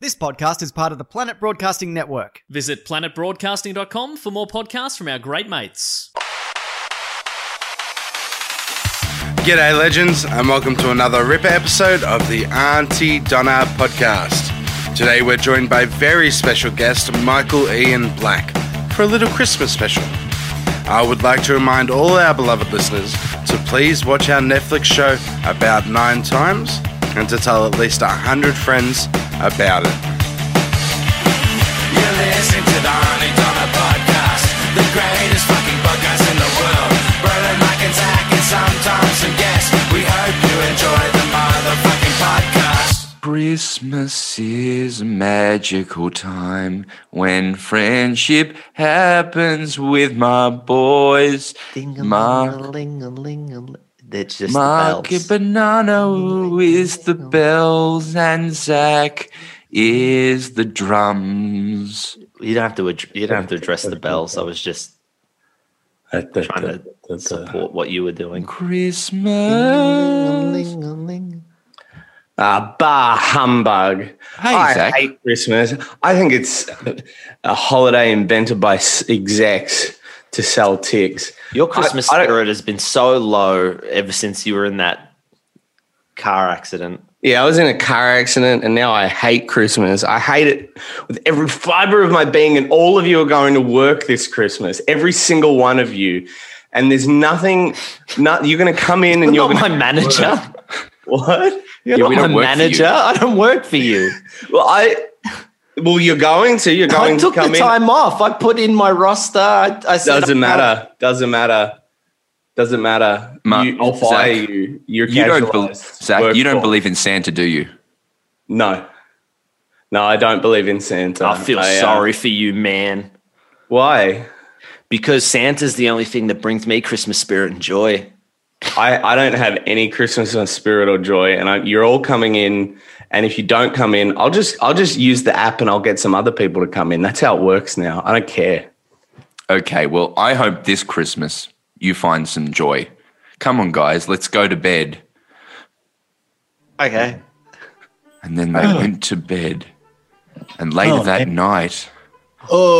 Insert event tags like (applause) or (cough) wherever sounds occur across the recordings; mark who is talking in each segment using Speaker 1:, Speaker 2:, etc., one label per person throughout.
Speaker 1: This podcast is part of the Planet Broadcasting Network.
Speaker 2: Visit planetbroadcasting.com for more podcasts from our great mates.
Speaker 3: G'day, legends, and welcome to another Ripper episode of the Auntie Donna podcast. Today, we're joined by very special guest Michael Ian Black for a little Christmas special. I would like to remind all our beloved listeners to please watch our Netflix show about nine times and to tell at least a hundred friends about it.
Speaker 4: You listen to the Honey Donna podcast, the greatest fucking podcast in the world. Brennan McIntack and Sam Thompson, yes, we hope you enjoy the motherfucking podcast.
Speaker 5: Christmas is a magical time when friendship happens with my boys.
Speaker 6: Ding a
Speaker 5: Mark,
Speaker 6: ling a ling a ling. That's just
Speaker 5: Mark
Speaker 6: the bells.
Speaker 5: Bonanno is the bells, and Zach is the drums.
Speaker 6: You don't have to. ad- You don't have to address the bells. I was just trying to
Speaker 7: uh,
Speaker 6: support what you were doing.
Speaker 5: Christmas.
Speaker 7: Ah, bah humbug.
Speaker 5: Hey,
Speaker 7: I
Speaker 5: Zach.
Speaker 7: hate Christmas. I think it's a holiday invented by s- execs to sell ticks.
Speaker 6: Your Christmas
Speaker 7: I don't-
Speaker 6: spirit has been so low ever since you were in that car accident.
Speaker 7: Yeah, I was in a car accident and now I hate Christmas. I hate it with every fiber of my being, and all of you are going to work this Christmas, every single one of you. And there's nothing, not, you're going to come in and
Speaker 6: You're
Speaker 7: you're
Speaker 6: not my
Speaker 7: going to.
Speaker 6: manager. (laughs)
Speaker 7: What? You're
Speaker 6: You're
Speaker 7: not
Speaker 6: not
Speaker 7: my
Speaker 6: my manager. I don't work for you.
Speaker 7: (laughs) Well, I. Well, you're going to. You're going
Speaker 6: I took
Speaker 7: to come
Speaker 6: the
Speaker 7: in.
Speaker 6: time off. I put in my roster. I, I said
Speaker 7: Doesn't
Speaker 6: I'm-
Speaker 7: matter. Doesn't matter. Doesn't matter.
Speaker 5: Ma-
Speaker 7: you, I'll fire
Speaker 5: Zach,
Speaker 7: you. You're
Speaker 5: You don't, bel
Speaker 7: casualised.
Speaker 5: Zach, you don't
Speaker 7: Workforce.
Speaker 5: believe in Santa, do you?
Speaker 7: No. No, I don't believe in Santa.
Speaker 6: I feel
Speaker 7: uh,
Speaker 6: sorry for you, man.
Speaker 7: why?
Speaker 6: Because Santa's the only thing that brings me Christmas spirit and joy.
Speaker 7: I, I don't have any Christmas spirit or joy, and I, you're all coming in. And if you don't come in, I'll just I'll just use the app, and I'll get some other people to come in. That's how it works now. I don't care.
Speaker 5: Okay, well, I hope this Christmas you find some joy. Come on, guys, let's go to bed.
Speaker 6: Okay.
Speaker 5: And then they went to bed. And later that night,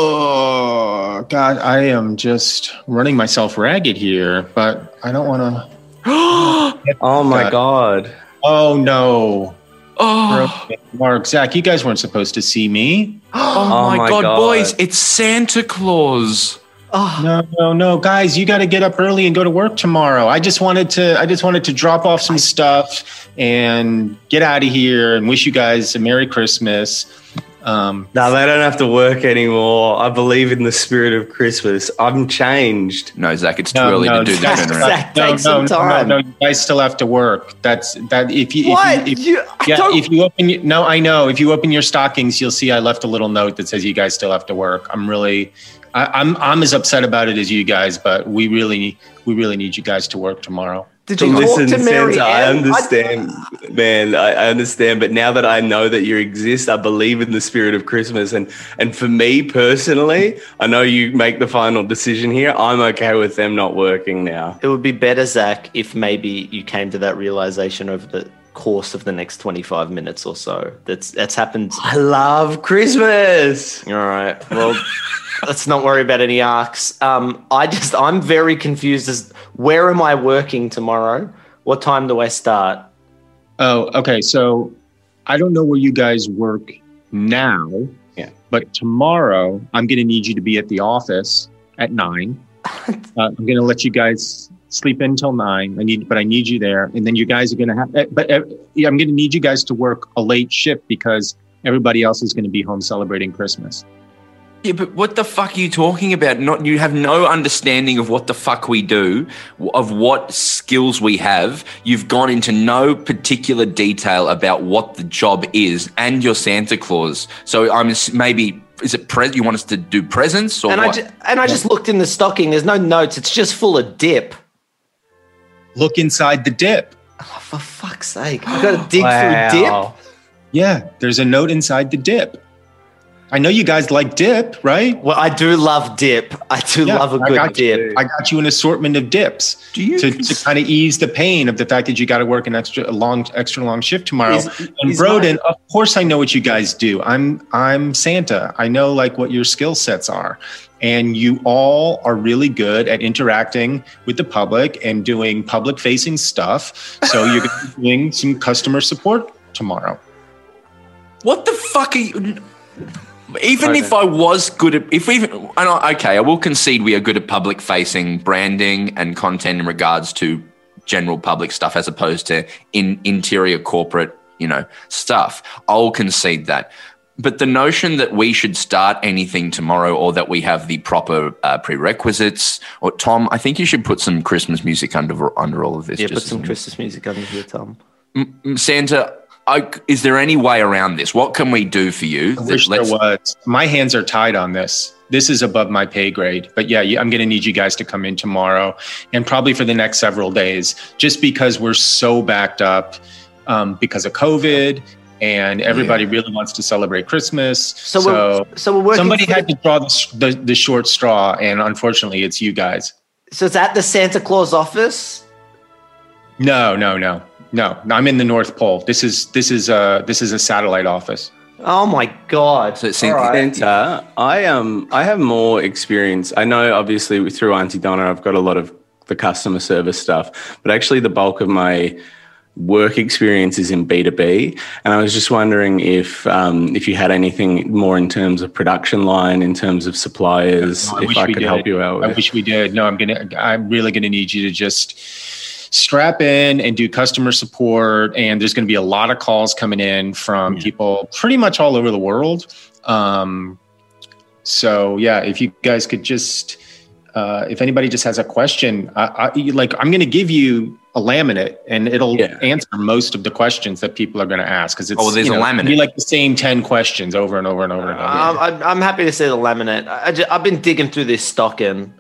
Speaker 8: Oh God, I am just running myself ragged here, but I don't want to.
Speaker 7: Oh my
Speaker 8: God.
Speaker 7: god!
Speaker 8: Oh no! Oh, Mark, Zach, you guys weren't supposed to see me.
Speaker 5: oh, my,
Speaker 7: my
Speaker 5: god,
Speaker 7: God.
Speaker 5: boys, it's Santa Claus.
Speaker 8: No, no, no, guys, you got to get up early and go to work tomorrow. I just wanted to, I just wanted to drop off some stuff and get out of here and wish you guys a Merry Christmas. Um,
Speaker 7: No, they don't have to work anymore. I believe in the spirit of Christmas. I'm changed.
Speaker 5: No, Zach, it's too
Speaker 8: no,
Speaker 5: early
Speaker 8: no,
Speaker 5: to do the
Speaker 8: Zach,
Speaker 5: turnaround.
Speaker 8: Zach, no,
Speaker 6: Take
Speaker 8: no,
Speaker 6: some
Speaker 8: no,
Speaker 6: time.
Speaker 8: No, no, you guys still have to work. That's that. If you, if
Speaker 6: What?
Speaker 8: you, if,
Speaker 6: you, I
Speaker 8: Yeah,
Speaker 6: don't-
Speaker 8: if you open your- no, I know. If you open your stockings, you'll see I left a little note that says you guys still have to work. I'm really, I, I'm I'm as upset about it as you guys, but we really we really need you guys to work tomorrow.
Speaker 6: did
Speaker 7: So
Speaker 6: you
Speaker 7: listen,
Speaker 6: talk to Mary
Speaker 7: Santa, I
Speaker 6: Ann?
Speaker 7: understand, man. I, I understand, but now that I know that you exist, I believe in the spirit of Christmas. And and for me personally, I know you make the final decision here. I'm okay with them not working now.
Speaker 6: it would be better, Zach, if maybe you came to that realization over the course of the next 25 minutes or so. That's that's happened.
Speaker 7: I love Christmas.
Speaker 6: All right. Well, (laughs) let's not worry about any arcs. Um, I just I'm very confused as where am I working tomorrow? What time do I start?
Speaker 8: Oh, okay. So I don't know where you guys work now.
Speaker 7: Yeah.
Speaker 8: But tomorrow, I'm going to need you to be at the office at (laughs) nine. uh, I'm going to let you guys sleep in till nine. I need, but I need you there. And then you guys are going to have, eh, but eh, yeah, I'm going to need you guys to work a late shift because everybody else is going to be home celebrating Christmas.
Speaker 5: Yeah, but what the fuck are you talking about? Not you have no understanding of what the fuck we do, w- of what skills we have. You've gone into no particular detail about what the job is and your Santa Claus. So I'm ass- maybe is it pres? You want us to do presents or
Speaker 6: and
Speaker 5: what?
Speaker 6: I ju- and I just looked in the stocking. There's no notes. It's just full of dip.
Speaker 8: Look inside the dip.
Speaker 6: Oh, for fuck's sake! I got to dig through dip.
Speaker 7: Wow.
Speaker 8: Yeah, there's a note inside the dip. I know you guys like dip, right?
Speaker 6: Well, I do love dip. I do
Speaker 8: Yeah,
Speaker 6: love a
Speaker 8: I
Speaker 6: good
Speaker 8: got you.
Speaker 6: dip.
Speaker 8: I got you an assortment of dips
Speaker 5: Do you
Speaker 8: to,
Speaker 5: cons-
Speaker 8: to kind of ease the pain of the fact that you got to work an extra a long, extra long shift tomorrow.
Speaker 5: Is-
Speaker 8: and
Speaker 5: is
Speaker 8: Broden, of course, I know what you guys do. I'm I'm Santa. I know like what your skill sets are, and you all are really good at interacting with the public and doing public facing stuff. So you're gonna
Speaker 5: (laughs)
Speaker 8: be doing some customer support tomorrow.
Speaker 5: What the fuck are you? Even if I was good at, if we, and I, okay, I will concede we are good at public facing branding and content in regards to general public stuff as opposed to in interior corporate, you know, stuff. I'll concede that. But the notion that we should start anything tomorrow or that we have the proper uh, prerequisites, or Tom, I think you should put some Christmas music under under all of this.
Speaker 6: Yeah, put
Speaker 5: just
Speaker 6: some
Speaker 5: as- Mm,
Speaker 6: Christmas music under here, Tom.
Speaker 5: Santa, I, is there any way around this? What can we do for you?
Speaker 8: I wish there
Speaker 5: Let's-
Speaker 8: was. My hands are tied on this. This is above my pay grade. But yeah, you- I'm going to need you guys to come in tomorrow and probably for the next several days, just because we're so backed up um, because of COVID and everybody really wants to celebrate Christmas.
Speaker 6: So,
Speaker 8: So,
Speaker 6: we're so we're working.
Speaker 8: somebody
Speaker 6: through-
Speaker 8: had to draw the, s- the, the short straw. And unfortunately, it's you guys.
Speaker 6: so it's at the Santa Claus office.
Speaker 8: No, no, no. No, I'm in the North Pole. This is this is uh this is a satellite office.
Speaker 6: Oh my god!
Speaker 5: So it seems-
Speaker 6: All right.
Speaker 7: Santa, I um I have more experience. I know obviously through Auntie Donna I've got a lot of the customer service stuff, but actually the bulk of my work experience is in B2B. And I was just wondering if um, if you had anything more in terms of production line, in terms of suppliers,
Speaker 8: No, I
Speaker 7: if
Speaker 8: wish
Speaker 7: I
Speaker 8: we
Speaker 7: could
Speaker 8: did.
Speaker 7: help you out
Speaker 8: I
Speaker 7: with.
Speaker 8: wish we did. No, I'm gonna. I'm really gonna need you to just strap in and do customer support. And there's gonna be a lot of calls coming in from people pretty much all over the world. Um, so yeah, if you guys could just, uh, if anybody just has a question, I, I, you- like I'm gonna give you a laminate and it'll
Speaker 7: Yeah.
Speaker 8: answer most of the questions that people are gonna ask because it's
Speaker 5: Oh, well, there's
Speaker 8: you
Speaker 5: a laminate.
Speaker 8: you like the same ten questions over and over and over and over.
Speaker 7: Ah,
Speaker 6: I'm, I'm, I'm happy to see the laminate. I, have been digging through this stocking.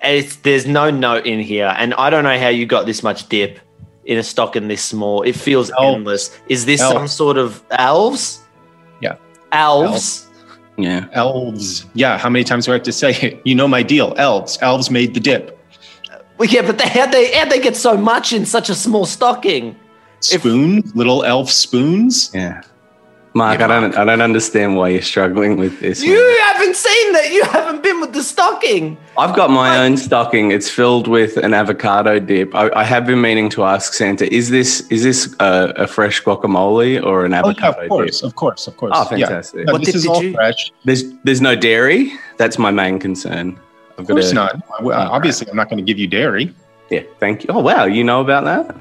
Speaker 6: And It's, there's no note in here, and I don't know how you got this much dip in a stocking this small. It feels
Speaker 8: Elves.
Speaker 6: endless. Is this
Speaker 8: Elves.
Speaker 6: some sort of elves?
Speaker 8: Yeah.
Speaker 6: elves.
Speaker 7: Yeah.
Speaker 8: Elves. Yeah, how many times do I have to say it? You know my deal. Elves. Elves made the dip.
Speaker 6: Well, yeah, but they how they how they get so much in such a small stocking?
Speaker 8: Spoon, little elf spoons.
Speaker 7: Yeah. Mark, I don't I don't understand why you're struggling with this. man.
Speaker 6: You haven't seen that. You haven't been with the stocking.
Speaker 7: I've got my own stocking. It's filled with an avocado dip. I, I have been meaning to ask Santa, is this is this a, a fresh guacamole or an
Speaker 8: Oh, yeah,
Speaker 7: avocado
Speaker 8: of course,
Speaker 7: dip?
Speaker 8: of course, of course.
Speaker 7: Oh,
Speaker 8: Yeah.
Speaker 7: fantastic!
Speaker 8: No,
Speaker 6: What
Speaker 8: this
Speaker 6: dip
Speaker 8: is
Speaker 6: did
Speaker 8: all
Speaker 6: you-
Speaker 8: fresh.
Speaker 7: There's there's no dairy. That's my main concern. I've
Speaker 8: Of course
Speaker 7: a-
Speaker 8: not. I- I- Obviously, I'm not going to give you dairy.
Speaker 7: Yeah, thank you. Oh wow, you know about that?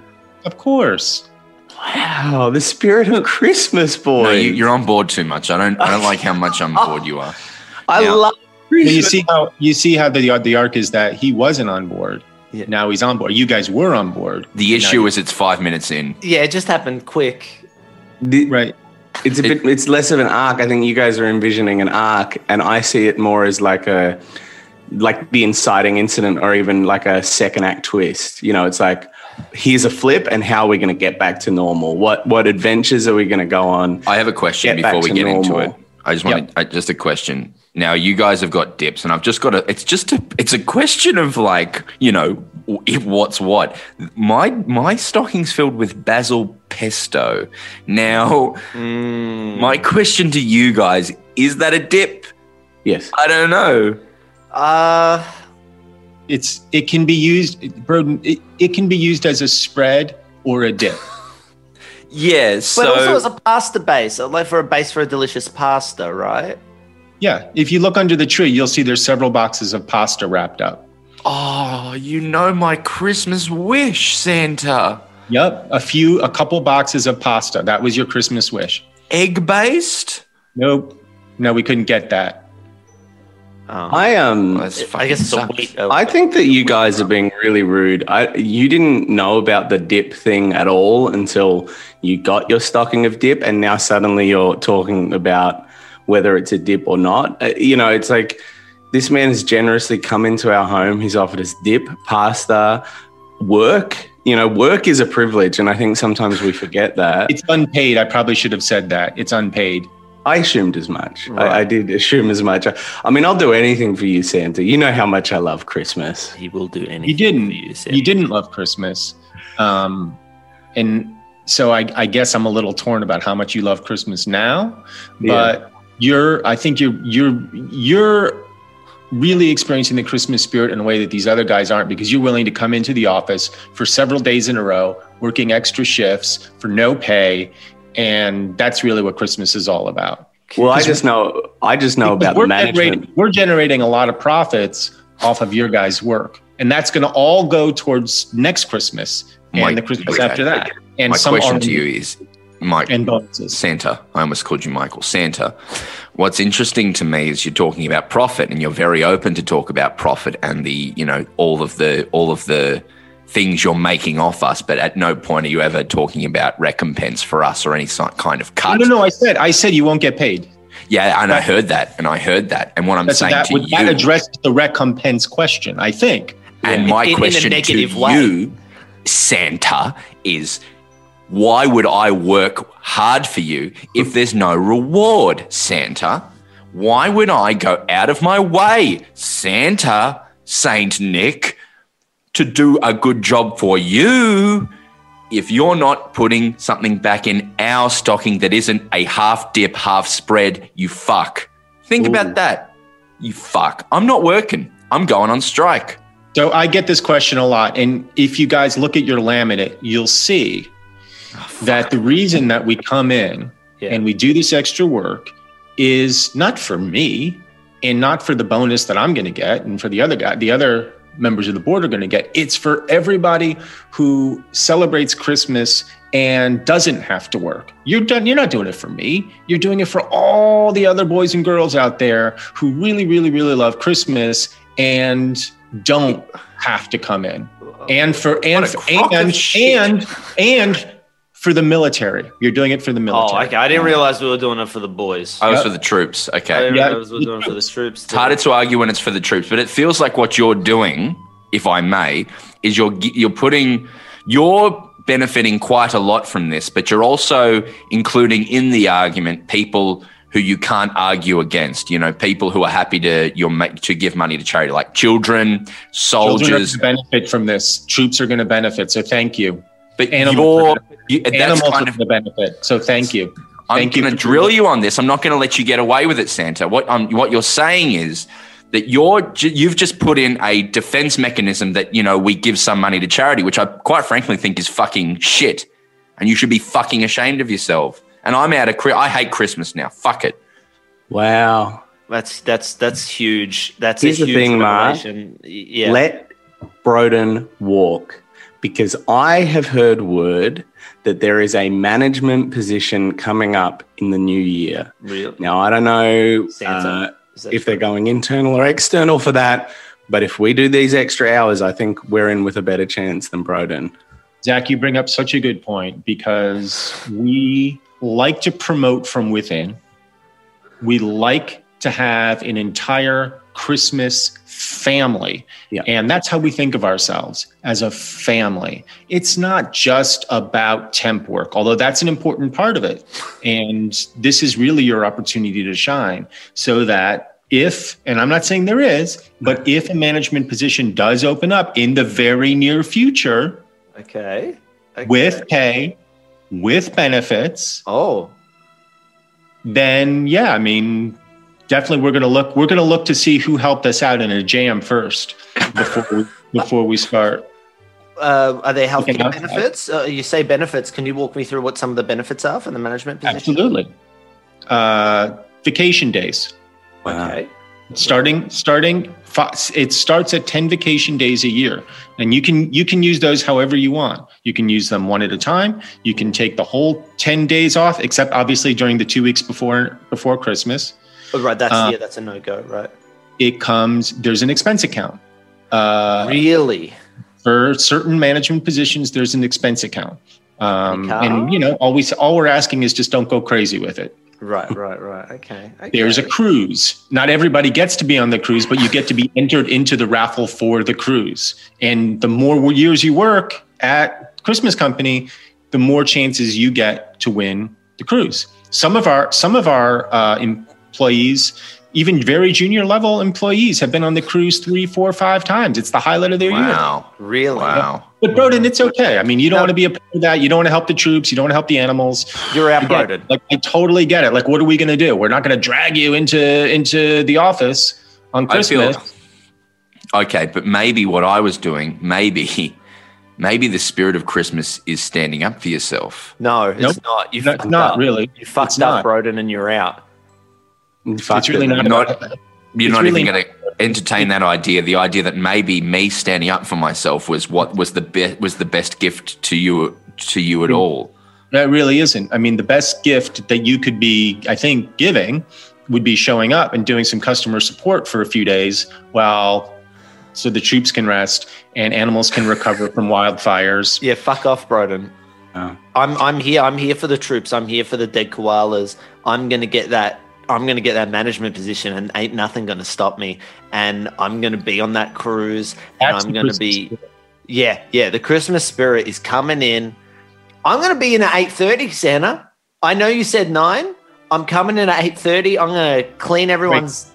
Speaker 8: Of course.
Speaker 7: Wow, the spirit of Christmas, boy.
Speaker 5: No, you, you're on board too much. I don't. I don't like how much on board you are.
Speaker 7: I
Speaker 5: Yeah.
Speaker 7: love.
Speaker 8: And
Speaker 7: Christmas.
Speaker 8: you see how you see how the the arc is that he wasn't on board.
Speaker 6: Yeah.
Speaker 8: Now he's on board. You guys were on board.
Speaker 7: (laughs)
Speaker 5: The issue is it's five minutes in.
Speaker 6: Yeah, it just happened quick.
Speaker 7: The-
Speaker 8: Right.
Speaker 7: It's a bit. It's less of an arc. I think you guys are envisioning an arc, and I see it more as like a, like the inciting incident, or even like a second act twist. You know, it's like, here's a flip, and how are we going to get back to normal? What what adventures are we going to go on?
Speaker 5: I have a question
Speaker 7: Get back
Speaker 5: before we
Speaker 7: to
Speaker 5: get into it.
Speaker 7: normal.
Speaker 5: I just want to, just a question. Now you guys have got dips, and I've just got a. It's just a. It's a question of like you know w- if what's what. My my stocking's filled with basil pesto. Now
Speaker 7: Hmm.
Speaker 5: my question to you guys is that a dip?
Speaker 7: Yes.
Speaker 5: I don't know.
Speaker 6: Uh,
Speaker 8: It's it can be used, Broden. It, it can be used as a spread or a dip.
Speaker 5: Yeah.
Speaker 6: but
Speaker 5: So
Speaker 6: also as a pasta base, like for a base for a delicious pasta, right?
Speaker 8: Yeah. If you look under the tree, you'll see there's several boxes of pasta wrapped up.
Speaker 5: Oh, you know my Christmas wish, Santa.
Speaker 8: Yep, a few, a couple boxes of pasta. That was your Christmas wish.
Speaker 5: Egg based?
Speaker 8: Nope, no, we couldn't get that.
Speaker 6: Um,
Speaker 7: I
Speaker 8: Oh,
Speaker 7: um.
Speaker 6: I guess it's a wheat. uh,
Speaker 7: I think that you guys are being really rude. I you didn't know about the dip thing at all until you got your stocking of dip, and now suddenly you're talking about whether it's a dip or not. Uh, you know, it's like this man has generously come into our home. He's offered us dip, pasta, work. You know, work is a privilege, and I think sometimes we forget that.
Speaker 8: It's unpaid. I probably should have said that. It's unpaid.
Speaker 7: I assumed as much.
Speaker 6: Right.
Speaker 7: I, I did assume as much. I, I mean, I'll do anything for you, Santa. You know how much I love Christmas.
Speaker 6: He will do anything.
Speaker 8: you didn't
Speaker 6: For you, Sid.
Speaker 8: you didn't love christmas um and so i i guess i'm a little torn about how much you love christmas now but you're i think you're you're you're really experiencing the christmas spirit in a way that these other guys aren't because you're willing to come into the office for several days in a row working extra shifts for no pay and that's really what christmas is all about
Speaker 7: Well, I just know. I just know
Speaker 8: because
Speaker 7: about
Speaker 8: we're
Speaker 7: management.
Speaker 8: Generating, we're generating a lot of profits off of your guys' work, and that's going to all go towards next Christmas and
Speaker 5: My-
Speaker 8: the Christmas
Speaker 5: my-
Speaker 8: after that, and
Speaker 5: My
Speaker 8: some
Speaker 5: question to
Speaker 8: R&D
Speaker 5: you is, Mike,
Speaker 8: and bonuses.
Speaker 5: Santa. I almost called you Michael. Santa. What's interesting to me is you're talking about profit, and you're very open to talk about profit and the you know all of the all of the things you're making off us. But at no point are you ever talking about recompense for us or any si- kind of
Speaker 8: No,
Speaker 5: cut.
Speaker 8: no, no. I said, I said you won't get paid.
Speaker 5: Yeah, and I heard that, and I heard that, and what I'm
Speaker 8: That's,
Speaker 5: saying
Speaker 8: that
Speaker 5: to
Speaker 8: would
Speaker 5: you,
Speaker 8: that address the recompense question? I think.
Speaker 5: and
Speaker 6: Yeah.
Speaker 5: my
Speaker 6: In- in a
Speaker 5: question to
Speaker 6: negative way.
Speaker 5: you, Santa, is why would I work hard for you
Speaker 6: (laughs)
Speaker 5: if there's no reward, Santa? Why would I go out of my way, Santa, Saint Nick, to do a good job for you if you're not putting something back in our stocking that isn't a half dip, half spread? You fuck. Think about that. You fuck. I'm not working. I'm going on strike.
Speaker 8: So I get this question a lot, and if you guys look at your laminate, you'll see that the reason that we come in
Speaker 6: Yeah.
Speaker 8: and we do this extra work is not for me and not for the bonus that I'm going to get and for the other guy, the other members of the board are going to get. It's for everybody who celebrates Christmas and doesn't have to work. You're done you're not doing it for me. You're doing it for all the other boys and girls out there who really really really love Christmas and don't have to come in. And for and
Speaker 5: What a crock of
Speaker 8: and,
Speaker 5: shit.
Speaker 8: and and for the military. You're doing it for the military.
Speaker 6: Oh, okay. I didn't realize we were doing it for the boys.
Speaker 5: Oh, it's
Speaker 8: Yep.
Speaker 5: for the troops.
Speaker 6: I
Speaker 5: Okay.
Speaker 6: didn't
Speaker 8: Yeah.
Speaker 6: realize we were doing it for the troops.
Speaker 5: It's harder to argue when it's for the troops, but it feels like what you're doing, if I may, is you're gi- you're putting you're benefiting quite a lot from this, but you're also including in the argument people who you can't argue against. You know, people who are happy to you make to give money to charity, like children,
Speaker 8: Children are
Speaker 5: soldiers.
Speaker 8: gonna benefit from this. Troops are going to benefit. So thank you.
Speaker 5: But
Speaker 8: animals are
Speaker 5: you're, you, that's
Speaker 8: Animals are
Speaker 5: kind of
Speaker 8: going to benefit. So thank you.
Speaker 5: I'm
Speaker 8: Thank you
Speaker 5: going to
Speaker 8: for
Speaker 5: drill
Speaker 8: doing
Speaker 5: you on this. I'm not going to let you get away with it, Santa. What um, what you're saying is that you're ju- you've just put in a defense mechanism that you know we give some money to charity, which I quite frankly think is fucking shit, and you should be fucking ashamed of yourself. And I'm out of cri- I hate Christmas now. Fuck it.
Speaker 7: Wow.
Speaker 6: That's that's that's huge. That's
Speaker 7: Here's
Speaker 6: a
Speaker 7: the
Speaker 6: huge
Speaker 7: thing, Ma.
Speaker 6: revelation. Y- Yeah.
Speaker 7: Let Broden walk because I have heard word that there is a management position coming up in the new year.
Speaker 6: Real-
Speaker 7: Now, I don't know
Speaker 6: Santa.
Speaker 7: uh,
Speaker 6: Is that
Speaker 7: if they're going internal or external for that, but if we do these extra hours, I think we're in with a better chance than Broden.
Speaker 8: Zach, you bring up such a good point because we like to promote from within. We like to have an entire Christmas family.
Speaker 7: Yeah.
Speaker 8: And that's how we think of ourselves as a family. It's not just about temp work, although that's an important part of it. And this is really your opportunity to shine so that if, and I'm not saying there is, but if a management position does open up in the very near future,
Speaker 6: Okay. okay.
Speaker 8: with pay, with benefits,
Speaker 6: oh,
Speaker 8: then yeah, I mean, definitely we're gonna look we're gonna look to see who helped us out in a jam first before we, before we start.
Speaker 6: uh, are there healthcare
Speaker 8: Looking outside.
Speaker 6: benefits? Uh, you say benefits. Can you walk me through what some of the benefits are for the management position?
Speaker 8: Absolutely, uh, vacation days
Speaker 6: Okay.
Speaker 8: starting starting fi- it starts at 10 vacation days a year and you can you can use those however you want you can use them one at a time you can take the whole 10 days off except obviously during the two weeks before before christmas
Speaker 6: Oh, right. That's
Speaker 8: Uh,
Speaker 6: yeah. That's a no go. Right.
Speaker 8: it comes there's an expense account uh,
Speaker 6: really?
Speaker 8: for certain management positions there's an expense account um,
Speaker 6: Okay.
Speaker 8: and you know always all we're asking is just don't go crazy with it
Speaker 6: Right. Right. Right. Okay. okay.
Speaker 8: there's a cruise not everybody gets to be on the cruise but you get to be entered into the raffle for the cruise and the more years you work at christmas company the more chances you get to win the cruise Some of our some of our uh, employees, even very junior level employees, have been on the cruise three, four, five times. It's the highlight of their year.
Speaker 5: Wow.
Speaker 6: Really?
Speaker 5: Wow.
Speaker 8: But Broden, it's okay. I mean, you don't want to be a part of that. You don't want to help the troops. You don't want to help the animals.
Speaker 6: You're
Speaker 8: I get
Speaker 6: outvoted.
Speaker 8: it. Like I totally get it. Like, what are we going to do? We're not going to drag you into into the office on
Speaker 5: I feel-
Speaker 8: Christmas.
Speaker 5: Okay, but maybe what I was doing, maybe, (laughs) maybe the spirit of Christmas is standing up for yourself.
Speaker 6: No, it's
Speaker 8: Nope.
Speaker 6: not. You
Speaker 8: No,
Speaker 6: fucked
Speaker 8: not
Speaker 6: up.
Speaker 8: really.
Speaker 6: You fucked
Speaker 8: It's
Speaker 6: up,
Speaker 8: not.
Speaker 6: Broden, and you're out.
Speaker 8: It's really not.
Speaker 5: Not-
Speaker 8: about-
Speaker 5: You're
Speaker 8: It's
Speaker 5: not
Speaker 8: really-
Speaker 5: even going to entertain that idea. The idea that maybe me standing up for myself was what was the be- was the best gift to you to you at all.
Speaker 8: that really isn't. I mean, the best gift that you could be, I think, giving would be showing up and doing some customer support for a few days while so the troops can rest and animals can recover from wildfires.
Speaker 6: Yeah, fuck off, Broden.
Speaker 3: Oh.
Speaker 6: I'm I'm here. I'm here for the troops. I'm here for the dead koalas. I'm gonna get that. I'm gonna get that management position, and ain't nothing gonna stop me. And I'm gonna be on that cruise, and
Speaker 8: That's
Speaker 6: I'm
Speaker 8: the
Speaker 6: gonna
Speaker 8: Christmas
Speaker 6: be. Yeah, yeah. The Christmas spirit is coming in. I'm gonna be in at eight thirty, Santa. I know you said nine. I'm coming in at eight thirty. I'm gonna clean everyone's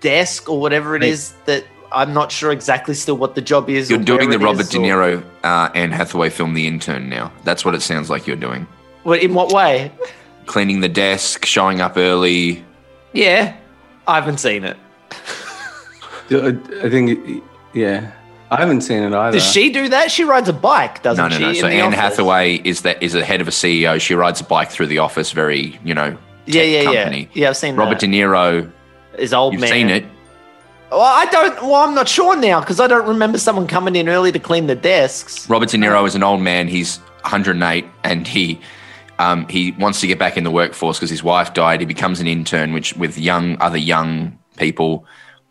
Speaker 6: desk or whatever it
Speaker 8: Wait.
Speaker 6: is that I'm not sure exactly still what the job is.
Speaker 5: You're
Speaker 6: or
Speaker 5: doing
Speaker 6: where
Speaker 5: the
Speaker 6: it
Speaker 5: Robert
Speaker 6: is
Speaker 5: De Niro
Speaker 6: or-
Speaker 5: uh, Anne Hathaway film The Intern now. That's what it sounds like you're doing.
Speaker 6: What in what way?
Speaker 5: Cleaning the desk, showing up early.
Speaker 6: Yeah, I haven't seen it.
Speaker 7: I think, yeah, I haven't seen it either.
Speaker 6: Does she do that? She rides a bike, doesn't
Speaker 5: Uh-huh. No, no,
Speaker 6: she?
Speaker 5: no.
Speaker 6: in
Speaker 5: So
Speaker 6: the
Speaker 5: Anne
Speaker 6: office?
Speaker 5: Hathaway is that is the head of a CEO. She rides a bike through the office, very you know.
Speaker 6: Yeah, yeah,
Speaker 5: company.
Speaker 6: yeah. Yeah, I've seen
Speaker 5: Robert De
Speaker 6: that.
Speaker 5: Niro,
Speaker 6: Is old
Speaker 5: you've
Speaker 6: man.
Speaker 5: seen it.
Speaker 6: Well, I don't. Well, I'm not sure now because I don't remember someone coming in early to clean the desks.
Speaker 5: Robert De Niro is an old man. He's 108, and he um, he wants to get back in the workforce because his wife died. He becomes an intern, which with young other young people,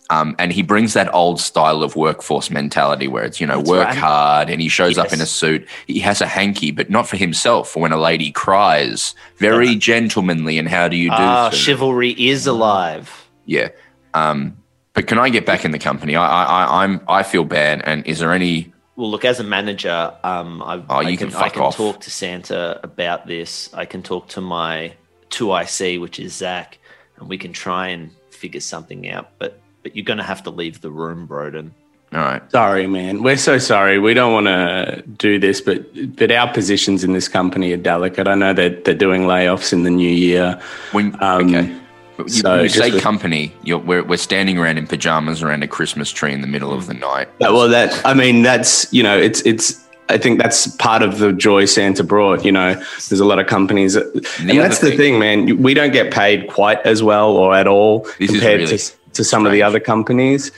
Speaker 5: um, and he brings that old style of workforce mentality where it's you know work
Speaker 6: right.
Speaker 5: hard, and he shows up in a
Speaker 6: Yes.
Speaker 5: suit. He has a hanky, but not for himself. For when a lady cries, very gentlemanly. And how do you do?
Speaker 6: Ah,
Speaker 5: sir?
Speaker 6: chivalry is
Speaker 5: Hmm.
Speaker 6: alive.
Speaker 5: yeah. Um, but can I get back in the company? I, I, I, I'm, I feel bad. And is there any?
Speaker 6: Well, look, as a manager, um, I,
Speaker 5: Oh,
Speaker 6: I
Speaker 5: you
Speaker 6: can,
Speaker 5: can
Speaker 6: I
Speaker 5: fuck
Speaker 6: can
Speaker 5: off.
Speaker 6: talk to Santa about this. I can talk to my 2IC, which is Zach, and we can try and figure something out. But but you're going to have to leave the room, Broden.
Speaker 5: All right.
Speaker 7: Sorry, man. We're so sorry. We don't want to do this, but but our positions in this company are delicate. I know that they're doing layoffs in the new year.
Speaker 5: When
Speaker 7: Um,
Speaker 5: okay. But You,
Speaker 7: so
Speaker 5: you
Speaker 7: just
Speaker 5: say
Speaker 7: the-
Speaker 5: company. You're, we're, we're standing around in pajamas around a Christmas tree in the middle of the
Speaker 7: Mm.
Speaker 5: night.
Speaker 7: Yeah, well, that I mean, that's you know, it's it's. I think that's part of the joy Santa brought. You know, there's a lot of companies, that- and
Speaker 5: other
Speaker 7: that's the
Speaker 5: thing-
Speaker 7: thing, man. you- We don't get paid quite as well or at all
Speaker 5: This is
Speaker 7: compared
Speaker 5: really
Speaker 7: to to some of the other companies.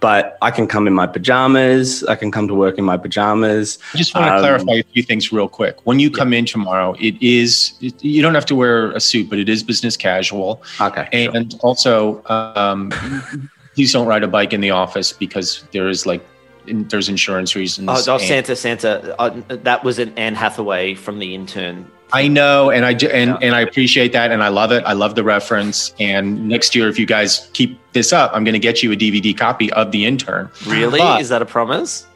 Speaker 7: But I can come in my pajamas. I can come to work in my pajamas.
Speaker 8: I just want to
Speaker 7: Um,
Speaker 8: clarify a few things real quick. When you come in tomorrow, it is it, you don't have to wear a suit, but it is business casual.
Speaker 7: Okay. sure.
Speaker 8: And also, um, please don't ride a bike in the office because there is like in, there's insurance reasons.
Speaker 6: Oh, oh
Speaker 8: and-
Speaker 6: Santa, Santa. Uh, that was an Anne Hathaway from The Intern.
Speaker 8: I know, and I ju- and and I appreciate that, and I love it. I love the reference. And next year, if you guys keep this up, I'm going to get you a DVD copy of The Intern.
Speaker 6: Really?
Speaker 8: But-
Speaker 6: Is that a promise?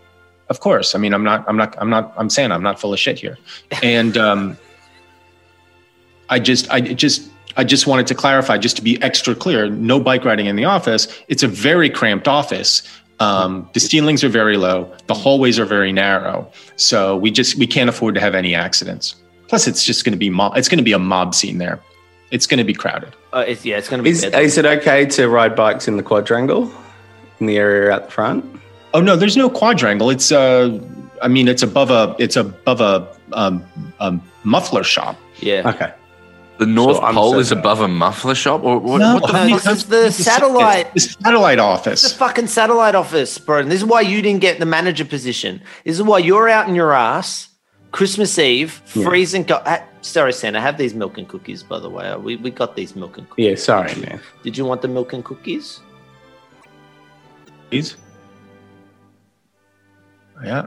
Speaker 8: Of course. I mean, I'm not. I'm not. I'm not. I'm Santa. I'm not full of shit here. And um, I just. I just. I just wanted to clarify, just to be extra clear. No bike riding in the office. It's a very cramped office. Um, the ceilings are very low. The hallways are very narrow. So we just we can't afford to have any accidents. Plus, it's just going to be mob. It's going to be a mob scene there. It's going to be crowded.
Speaker 6: Uh, it's, yeah, it's going to be.
Speaker 7: Is,
Speaker 6: better.
Speaker 7: is it okay to ride bikes in the quadrangle in the area out the front?
Speaker 8: Oh no, there's no quadrangle. It's uh, I mean, it's above a it's above a um, um, muffler shop.
Speaker 6: yeah.
Speaker 7: Okay.
Speaker 5: The North
Speaker 7: So I'm
Speaker 5: Pole
Speaker 7: so
Speaker 5: is
Speaker 7: sorry.
Speaker 5: above a muffler shop, or what?
Speaker 8: No,
Speaker 5: what the
Speaker 6: no,
Speaker 5: fuck?
Speaker 6: this is Uh, the satellite.
Speaker 8: The satellite
Speaker 6: It's a
Speaker 8: office.
Speaker 6: fucking satellite office, bro. And this is why you didn't get the manager position. This is why you're out in your ass, Christmas Eve, freezing. Co- ah, sorry, Santa. Have these milk and cookies, by the way. We we got these milk and cookies.
Speaker 7: Yeah, sorry, man.
Speaker 6: Did you want the milk and cookies?
Speaker 8: Please. Yeah,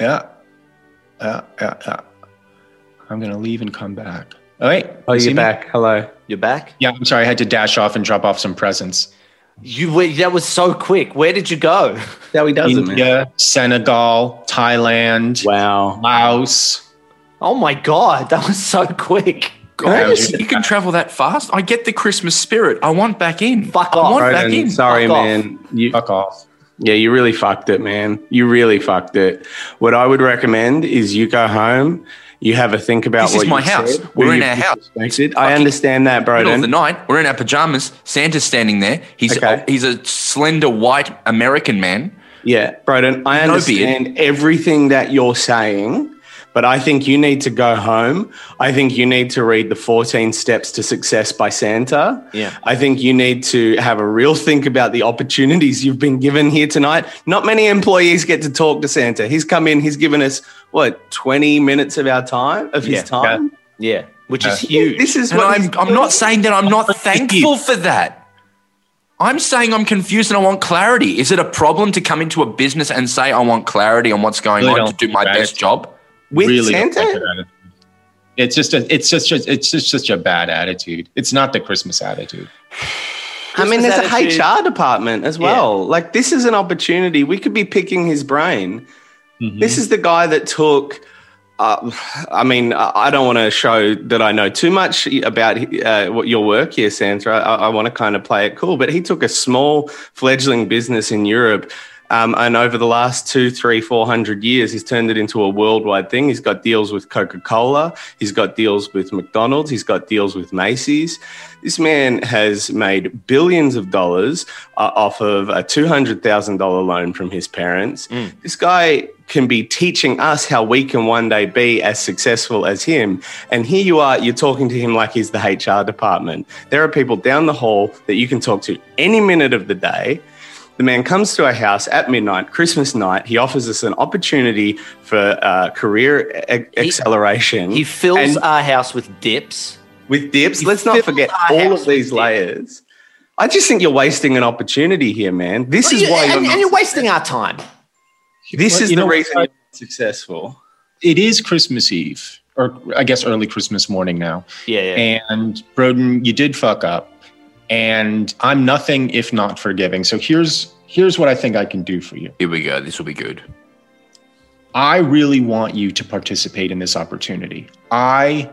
Speaker 8: yeah, yeah, yeah, yeah. I'm gonna leave and come back. All right.
Speaker 7: Oh,
Speaker 8: you see
Speaker 7: you're
Speaker 8: me?
Speaker 7: back. Hello.
Speaker 6: You're back.
Speaker 8: Yeah, I'm sorry. I had to dash off and drop off some presents.
Speaker 6: You were, that was so quick. Where did you go? (laughs)
Speaker 7: No, he doesn't, man.
Speaker 8: India, Senegal, Thailand,
Speaker 7: Wow.
Speaker 8: Laos.
Speaker 6: Oh my god, that was so quick.
Speaker 7: How
Speaker 5: God,
Speaker 7: would you-
Speaker 5: you can travel that fast. I get the Christmas spirit. I want back in.
Speaker 6: Fuck
Speaker 5: I
Speaker 6: off.
Speaker 5: want back
Speaker 7: Ronan,
Speaker 5: in.
Speaker 7: sorry,
Speaker 6: Fuck off.
Speaker 7: man. You,
Speaker 8: Fuck off.
Speaker 7: yeah, you really fucked it, man. You really fucked it. What I would recommend is you go home. You have a think about
Speaker 5: This
Speaker 7: what
Speaker 5: is my
Speaker 7: you
Speaker 5: house.
Speaker 7: said,
Speaker 5: We're
Speaker 7: who
Speaker 5: in
Speaker 7: you
Speaker 5: our house.
Speaker 7: disrespected. I understand that,
Speaker 5: Middle of the
Speaker 7: Broden.
Speaker 5: night, we're in our pajamas. Santa's standing there. He's
Speaker 7: Okay.
Speaker 5: oh, he's a slender white American man.
Speaker 7: Yeah, Broden, I
Speaker 5: No
Speaker 7: understand everything that you're saying, but I think you need to go home. I think you need to read the 14 Steps to Success by Santa.
Speaker 6: Yeah.
Speaker 7: I think you need to have a real think about the opportunities you've been given here tonight. Not many employees get to talk to Santa. He's come in, he's given us what 20 minutes of our time of
Speaker 6: Yeah.
Speaker 7: his time.
Speaker 6: Yeah, which
Speaker 7: Uh,
Speaker 6: is huge.
Speaker 7: This is
Speaker 5: And
Speaker 7: what
Speaker 5: I'm
Speaker 7: he's
Speaker 5: I'm
Speaker 7: doing.
Speaker 5: not saying that I'm not thankful for that. I'm saying I'm confused and I want clarity. Is it a problem to come into a business and say I want clarity on what's going
Speaker 8: Really
Speaker 5: on to
Speaker 8: don't
Speaker 5: do my
Speaker 8: think
Speaker 5: best
Speaker 8: that.
Speaker 5: job?
Speaker 7: with
Speaker 8: don't
Speaker 7: Santa.
Speaker 8: like that attitude. It's just a, it's just a, it's just such a bad attitude. It's not the Christmas attitude.
Speaker 7: I mean, there's
Speaker 6: Christmas attitude.
Speaker 7: a HR department as well. Like, this is an opportunity. We could be picking his brain. This is the guy that took. Uh, I mean, I I don't want to show that I know too much about uh, what your work here, Sandra. I, I want to kind of play it cool, but he took a small fledgling business in Europe. Um, and over the last two, three, four hundred years, he's turned it into a worldwide thing. He's got deals with Coca Cola. He's got deals with McDonald's. He's got deals with Macy's. This man has made billions of dollars uh, off of a $200,000 loan from his parents
Speaker 6: Mm.
Speaker 7: this guy can be teaching us how we can one day be as successful as him. And here you are, you're talking to him like he's the HR department. There are people down the hall that you can talk to any minute of the day. The man comes to our house at midnight, Christmas night. He offers us an opportunity for uh, career ac-
Speaker 6: He-
Speaker 7: acceleration.
Speaker 6: He fills
Speaker 7: And-
Speaker 6: our house with dips.
Speaker 7: with dips.
Speaker 6: He
Speaker 7: Let's not
Speaker 6: fills
Speaker 7: forget
Speaker 6: our
Speaker 7: all
Speaker 6: house
Speaker 7: of these
Speaker 6: with dips.
Speaker 7: layers. I just think you're wasting an opportunity here, man. This is why
Speaker 6: and,
Speaker 7: you're
Speaker 6: and
Speaker 7: not-
Speaker 6: you're wasting our time.
Speaker 7: this is
Speaker 8: Well, you
Speaker 7: the
Speaker 8: know what,
Speaker 7: reason you're not successful.
Speaker 8: It is Christmas Eve, or I guess early Christmas morning now.
Speaker 6: Yeah, yeah.
Speaker 8: And Broden, you did fuck up, and I'm nothing if not forgiving. So here's here's what I think I can do for you.
Speaker 5: Here we go. This will be good.
Speaker 8: I really want you to participate in this opportunity. I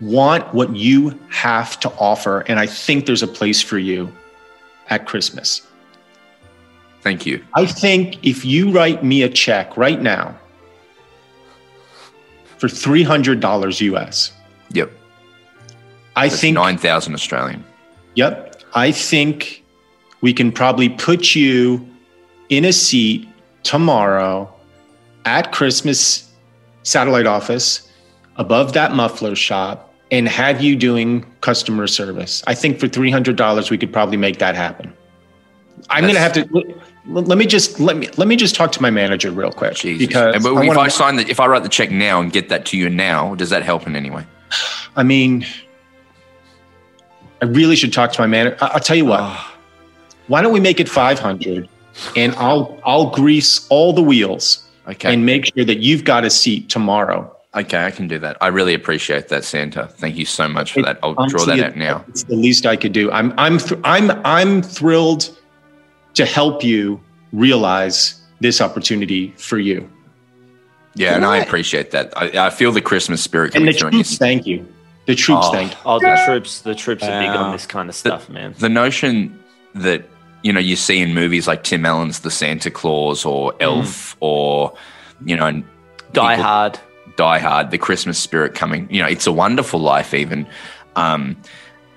Speaker 8: want what you have to offer, and I think there's a place for you at Christmas.
Speaker 5: Thank you.
Speaker 8: I think if you write me a check right now for $300 US,
Speaker 5: Yep.
Speaker 8: I
Speaker 5: That's
Speaker 8: think,
Speaker 5: 9,000 Australian.
Speaker 8: yep, I think we can probably put you in a seat tomorrow at Christmas satellite office above that muffler shop and have you doing customer service. I think for $300 we could probably make that happen. I'm going to have
Speaker 5: That's-
Speaker 8: to let let me just let me let me just talk to my manager real quick
Speaker 5: Jesus.
Speaker 8: because
Speaker 5: And but
Speaker 8: I
Speaker 5: if
Speaker 8: wanna-
Speaker 5: I sign the, if I write the check now and get that to you now, does that help in any way?
Speaker 8: I mean, I really should talk to my manager. I- I'll tell you what.
Speaker 5: Ah.
Speaker 8: Why don't we make it 500 and I'll I'll grease all the wheels
Speaker 5: Okay.
Speaker 8: and make sure that you've got a seat tomorrow.
Speaker 5: okay, I can do that. I really appreciate that, Santa. Thank you so much for that. I'll draw
Speaker 8: Honestly,
Speaker 5: that
Speaker 8: it-
Speaker 5: out now.
Speaker 8: It's the least I could do. I'm I'm thr- I'm I'm thrilled to help you realize this opportunity for you.
Speaker 5: Yeah, and I appreciate that. I, I feel the Christmas spirit
Speaker 8: And
Speaker 5: coming
Speaker 8: the
Speaker 5: through. in you.
Speaker 8: troops thank you. The troops
Speaker 5: Oh.
Speaker 8: thank you.
Speaker 6: Oh, the troops, the troops are big
Speaker 7: Uh,
Speaker 5: Wow.
Speaker 6: on this kind of stuff, man.
Speaker 5: the notion that you know you see in movies like Tim Allen's The Santa Claus or
Speaker 7: Mm.
Speaker 5: Elf or you know and
Speaker 6: Die
Speaker 5: people-
Speaker 6: Hard.
Speaker 5: Die Hard, the Christmas spirit coming. You know, it's a wonderful life. Even um,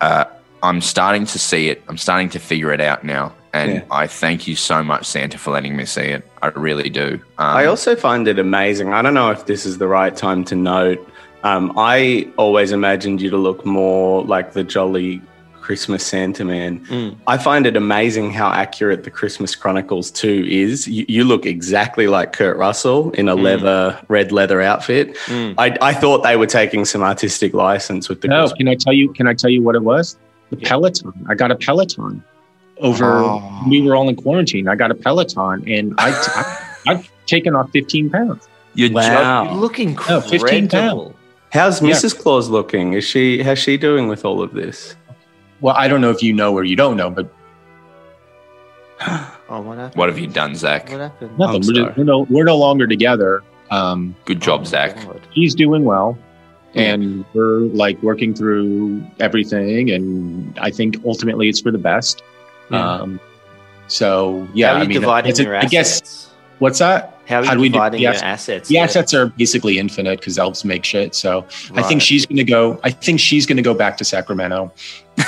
Speaker 5: uh, I'm starting to see it. I'm starting to figure it out now, and
Speaker 7: Yeah.
Speaker 5: I thank you so much, Santa, for letting me see it. I really do. Um,
Speaker 7: I also find it amazing. I don't know if this is the right time to note. Um, I always imagined you to look more like the jolly Christmas Santa man.
Speaker 6: Mm.
Speaker 7: I find it amazing how accurate the Christmas Chronicles 2 is. You, you look exactly like Kurt Russell in a
Speaker 6: Mm.
Speaker 7: leather, red leather outfit.
Speaker 6: Mm.
Speaker 7: I, I thought they were taking some artistic license with the
Speaker 8: No,
Speaker 7: Christmas.
Speaker 8: can I tell you? Can I tell you what it was? The Peloton. I got a Peloton over.
Speaker 5: Oh.
Speaker 8: We were all in quarantine. I got a Peloton, and I, (laughs) I I've taken off 15 pounds.
Speaker 5: you're joking.
Speaker 6: You
Speaker 7: Wow.
Speaker 6: look
Speaker 8: 15
Speaker 6: incredible.
Speaker 7: How's
Speaker 8: Yeah.
Speaker 7: Mrs. Claus looking? Is she how's she doing with all of this?
Speaker 8: Well, I don't know if you know or you don't know, but
Speaker 6: Oh, what happened?
Speaker 5: What have you done, Zach?
Speaker 6: What happened?
Speaker 8: nothing. We're,
Speaker 7: sorry.
Speaker 8: just, we're no we're no longer together. Um,
Speaker 5: Good job,
Speaker 6: Oh,
Speaker 5: Zach.
Speaker 6: God.
Speaker 8: he's doing well. and we're like working through everything and i think ultimately it's for the best um so yeah
Speaker 6: How are you
Speaker 8: i mean
Speaker 6: dividing
Speaker 8: it's a-
Speaker 6: your
Speaker 8: i
Speaker 6: assets?
Speaker 8: guess what's that
Speaker 6: How are you
Speaker 8: how do we do-
Speaker 6: dividing
Speaker 8: the
Speaker 6: your
Speaker 8: assets?
Speaker 6: assets?
Speaker 8: the
Speaker 6: Yeah.
Speaker 8: assets are basically infinite because elves make shit so i
Speaker 6: Right.
Speaker 8: think she's gonna go i think she's gonna go back to sacramento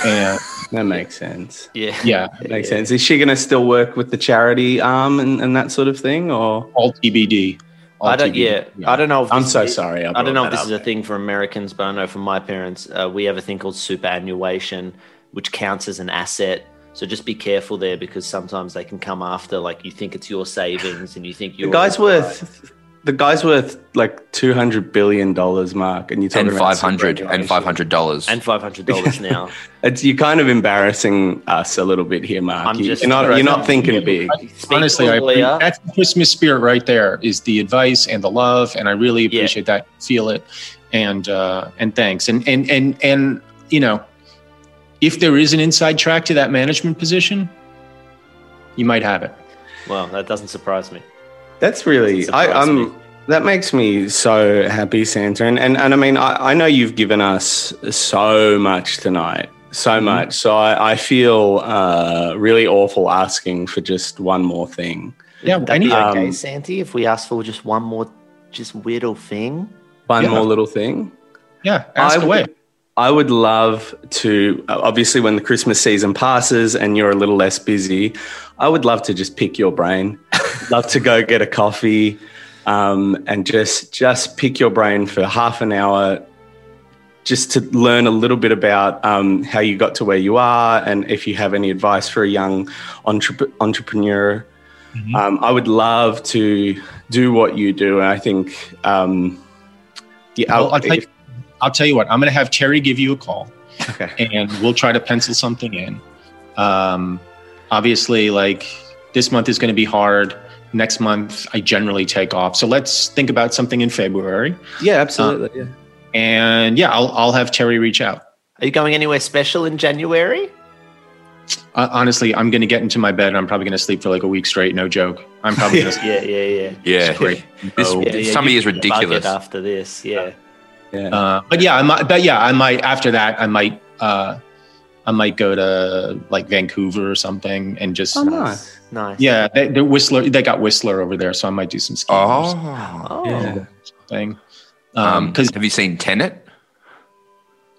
Speaker 8: and
Speaker 7: That makes sense.
Speaker 6: Yeah.
Speaker 8: (laughs) yeah
Speaker 7: That makes sense. Is she going to still work with the charity arm and, and that sort of thing? Or
Speaker 8: all tbd All
Speaker 6: I don't.
Speaker 8: TBD.
Speaker 6: Yeah, I don't know. If
Speaker 7: I'm
Speaker 6: this
Speaker 7: so
Speaker 6: is-
Speaker 7: sorry.
Speaker 6: I don't know if this
Speaker 7: is
Speaker 6: is
Speaker 8: uh,
Speaker 6: a thing for Americans, but I know for my parents, uh, we have a thing called superannuation, which counts as an asset. So just be careful there because sometimes they can come after. Like you think it's your savings, and you think
Speaker 7: The
Speaker 6: you're
Speaker 7: guy's worth the guy's worth like two hundred billion dollars, Mark, and you're talking
Speaker 5: and
Speaker 7: about
Speaker 5: five hundred and
Speaker 7: superannuation.
Speaker 5: five hundred dollars.
Speaker 6: and five hundred
Speaker 8: (laughs)
Speaker 6: dollars now.
Speaker 7: It's, you're kind of embarrassing us a little bit here, Mark.
Speaker 6: I'm
Speaker 7: you,
Speaker 6: just-
Speaker 7: are not you're not
Speaker 8: Yeah,
Speaker 7: thinking big.
Speaker 6: Speak
Speaker 8: honestly I,
Speaker 6: clearly,
Speaker 8: appre-
Speaker 6: uh,
Speaker 8: that's the christmas spirit right there is the advice and the love and i really
Speaker 6: Yeah.
Speaker 8: appreciate that feel it and uh and thanks and and and and you know if there is an inside track to that management position you might have it
Speaker 6: well, that doesn't surprise me.
Speaker 7: That's really
Speaker 6: Doesn't
Speaker 7: I,
Speaker 6: surprise
Speaker 7: I'm
Speaker 6: me.
Speaker 7: that makes me so happy, Santa. And and, and I mean I, I know you've given us so much tonight. So much. So I, I feel uh, really awful asking for just one more thing.
Speaker 8: yeah
Speaker 6: That'd be
Speaker 8: any-
Speaker 6: okay,
Speaker 7: um,
Speaker 6: Santi, if we asked for just one more, just weird little thing.
Speaker 7: One
Speaker 8: Yeah.
Speaker 7: more little thing.
Speaker 8: yeah ask
Speaker 7: I
Speaker 8: away
Speaker 7: Would, I would love to, uh, obviously, when the Christmas season passes and you're a little less busy, I would love to just pick your brain. (laughs) love to go get a coffee um, and just just pick your brain for half an hour, just to learn a little bit about um, how you got to where you are and if you have any advice for a young entrep- entrepreneur.
Speaker 8: Mm-hmm.
Speaker 7: Um, I would love to do what you do. And I think um, the
Speaker 8: Well, I'll
Speaker 7: out-
Speaker 8: tell you- I'll tell you what. I'm going to have Terry give you a call,
Speaker 7: Okay.
Speaker 8: and we'll try to pencil something in. Um, obviously, like this month is going to be hard. Next month, I generally take off. So let's think about something in February.
Speaker 7: yeah, absolutely. yeah.
Speaker 8: And yeah, I'll, I'll have Terry reach out.
Speaker 6: Are you going anywhere special in January?
Speaker 8: Uh, honestly, I'm going to get into my bed and I'm probably going to sleep for like a week straight. No joke.
Speaker 7: (laughs)
Speaker 8: I'm probably going to
Speaker 6: Yeah, yeah, yeah.
Speaker 5: (laughs) yeah,
Speaker 8: Great.
Speaker 5: this
Speaker 8: Oh.
Speaker 5: this
Speaker 6: yeah,
Speaker 5: summer
Speaker 6: you
Speaker 5: is
Speaker 6: can bug it
Speaker 5: ridiculous.
Speaker 6: After this, yeah.
Speaker 8: Uh, but yeah, I might. But yeah, I might. After that, I might. Uh, I might go to like Vancouver or something and just.
Speaker 7: Oh, nice.
Speaker 6: Nice.
Speaker 8: Yeah, they, they're Whistler. They got Whistler over there, so I might do some skiing or
Speaker 5: Oh,
Speaker 6: Oh.
Speaker 7: Yeah.
Speaker 8: something.
Speaker 5: um,
Speaker 8: Because
Speaker 5: have you seen Tenet?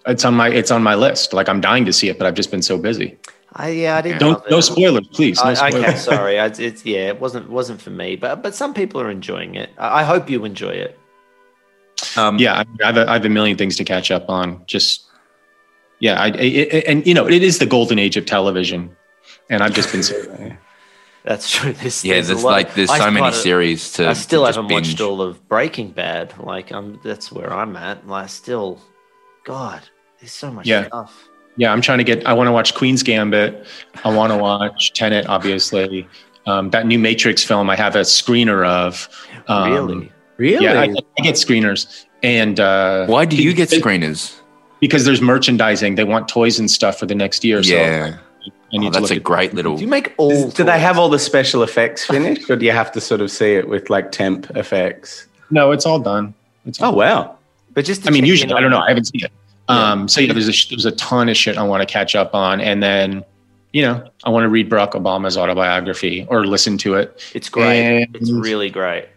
Speaker 8: it's on my it's on my list. Like I'm dying to see it, but I've just been so busy.
Speaker 6: I, yeah, I didn't.
Speaker 8: Don't
Speaker 6: love it.
Speaker 8: no spoilers, please. No
Speaker 6: I,
Speaker 5: (laughs)
Speaker 8: spoilers.
Speaker 6: okay, sorry. I, it's yeah, it wasn't wasn't for me, but but some people are enjoying it. I, I hope you enjoy it.
Speaker 5: Um,
Speaker 8: Yeah, I, I, have a, I have a million things to catch up on. Just yeah, I, I, I- and you know it is the golden age of television, and I've just
Speaker 6: (laughs)
Speaker 8: been so.
Speaker 6: That's true. This
Speaker 5: yeah. There's like there's so many series to.
Speaker 6: I still
Speaker 5: to just
Speaker 6: haven't
Speaker 5: binge.
Speaker 6: watched all of Breaking Bad. Like I'm, that's where I'm at. Like still, God, there's so much
Speaker 8: Yeah.
Speaker 6: stuff.
Speaker 8: Yeah, I'm trying to get. I want to watch Queen's Gambit. I want to watch Tenet, obviously. Um, that new Matrix film, I have a screener of. Um,
Speaker 6: really?
Speaker 7: Really?
Speaker 8: Yeah, I, I get screeners, and uh,
Speaker 5: Why do you get screeners?
Speaker 8: because there's merchandising, they want toys and stuff for the next year. So
Speaker 5: Yeah,
Speaker 8: I need
Speaker 5: oh,
Speaker 8: to
Speaker 5: that's
Speaker 8: look
Speaker 5: a
Speaker 8: at.
Speaker 5: great little.
Speaker 6: Do you make all?
Speaker 7: Does- do they have all the special effects finished, or do you have to sort of see it with like temp effects?
Speaker 8: No, it's all done. It's
Speaker 7: Oh
Speaker 8: all,
Speaker 7: wow!
Speaker 6: But just to
Speaker 8: I mean,
Speaker 6: check
Speaker 8: usually
Speaker 6: in
Speaker 8: I don't know. I
Speaker 6: on-
Speaker 8: haven't seen it. Um, so yeah, there's a sh- there's a ton of shit I want to catch up on, and then you know I want to read Barack Obama's autobiography or listen to it.
Speaker 6: It's great.
Speaker 8: And-
Speaker 6: It's really great.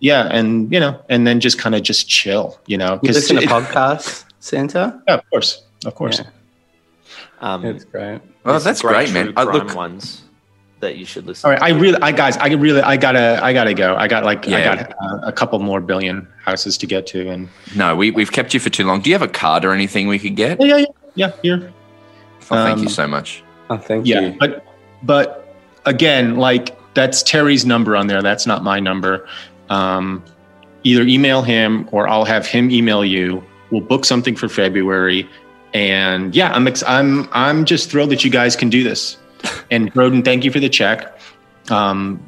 Speaker 8: yeah and you know and then just kind of just chill you know
Speaker 7: You
Speaker 8: because
Speaker 7: listen to podcasts, Santa.
Speaker 8: yeah, of course of course
Speaker 7: Yeah.
Speaker 6: Um,
Speaker 7: That's great.
Speaker 5: Oh,
Speaker 6: there's some
Speaker 5: that's great, man.
Speaker 6: true
Speaker 5: I,
Speaker 6: crime
Speaker 5: look,
Speaker 6: ones that you should listen.
Speaker 8: all right i really i guys i really i gotta i gotta go i got like i
Speaker 5: Yeah.
Speaker 8: got uh, a couple more billion houses to get to and
Speaker 5: no, we we've kept you for too long. Do you have a card or anything we could get?
Speaker 8: yeah yeah yeah, yeah here
Speaker 5: Oh, thank you
Speaker 8: Um,
Speaker 5: so much.
Speaker 7: Oh, thank
Speaker 8: yeah
Speaker 7: you.
Speaker 8: but but again like that's terry's number on there that's not my number um either email him or i'll have him email you we'll book something for february and yeah i'm ex- i'm i'm just thrilled that you guys can do this and Broden, thank you for the check um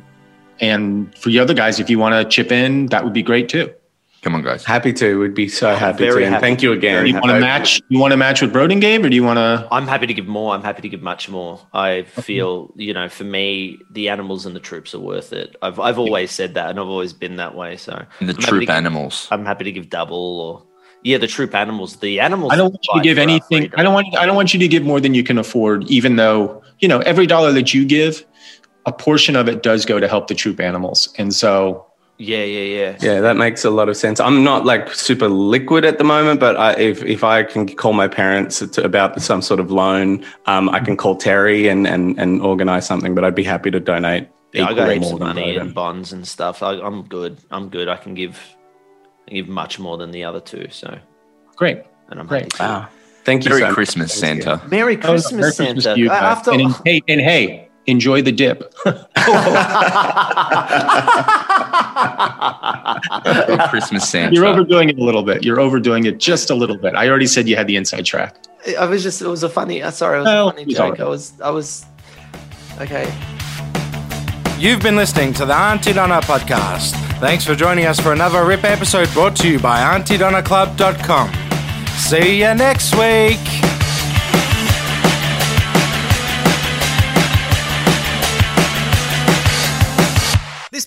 Speaker 8: and for the other guys if you want to chip in that would be great too
Speaker 5: Come on, guys.
Speaker 7: Happy to. We'd be so happy
Speaker 6: very
Speaker 7: to. And
Speaker 6: happy.
Speaker 7: thank you again.
Speaker 6: Very
Speaker 8: you want to match you want to match with Broden game or do you want to
Speaker 6: I'm happy to give more. I'm happy to give much more. I feel, you know, for me, the animals and the troops are worth it. I've I've always said that, and I've always been that way. So
Speaker 5: The
Speaker 6: I'm happy to
Speaker 5: troop
Speaker 6: give-
Speaker 5: animals.
Speaker 6: I'm happy to give double, or yeah, the troop animals. The animals.
Speaker 8: I don't want you
Speaker 6: fight
Speaker 8: to give
Speaker 6: for our
Speaker 8: anything.
Speaker 6: freedom.
Speaker 8: I don't want. I don't want you to give more than you can afford. Even though you know every dollar that you give, a portion of it does go to help the troop animals. And so,
Speaker 6: Yeah, yeah, yeah.
Speaker 7: Yeah, that makes a lot of sense. I'm not like super liquid at the moment, but I, if if I can call my parents to, about some sort of loan, um, I can call Terry and and and organize something. But I'd be happy to donate.
Speaker 6: Yeah, I
Speaker 7: equally
Speaker 6: got heaps
Speaker 7: more
Speaker 6: of
Speaker 7: than
Speaker 6: money
Speaker 7: Logan.
Speaker 6: and bonds and stuff. I, I'm good. I'm good. I can give I can give much more than the other two. So,
Speaker 8: great.
Speaker 6: and I'm
Speaker 8: Great.
Speaker 6: happy to.
Speaker 7: Wow. Thank you.
Speaker 5: Merry
Speaker 7: so much.
Speaker 5: Christmas,
Speaker 7: Thank you.
Speaker 5: Santa.
Speaker 6: Merry
Speaker 8: Oh, no,
Speaker 6: Christmas,
Speaker 8: Merry
Speaker 6: Santa.
Speaker 8: Christmas to you
Speaker 6: Uh,
Speaker 8: guys.
Speaker 6: After (laughs)
Speaker 8: and, hey, and hey, enjoy the dip.
Speaker 5: Merry Christmas, Santa.
Speaker 8: (laughs) You're overdoing it a little bit. You're overdoing it just a little bit. I already said you had the inside track.
Speaker 6: I was just. It was a funny. Uh, sorry, it was
Speaker 8: Well,
Speaker 6: a funny
Speaker 8: it's
Speaker 6: joke.
Speaker 8: alright.
Speaker 6: I was. I was. Okay.
Speaker 3: You've been listening to the Auntie Donna podcast. Thanks for joining us for another RIP episode brought to you by AuntieDonnaClub.com. See you next week.
Speaker 1: This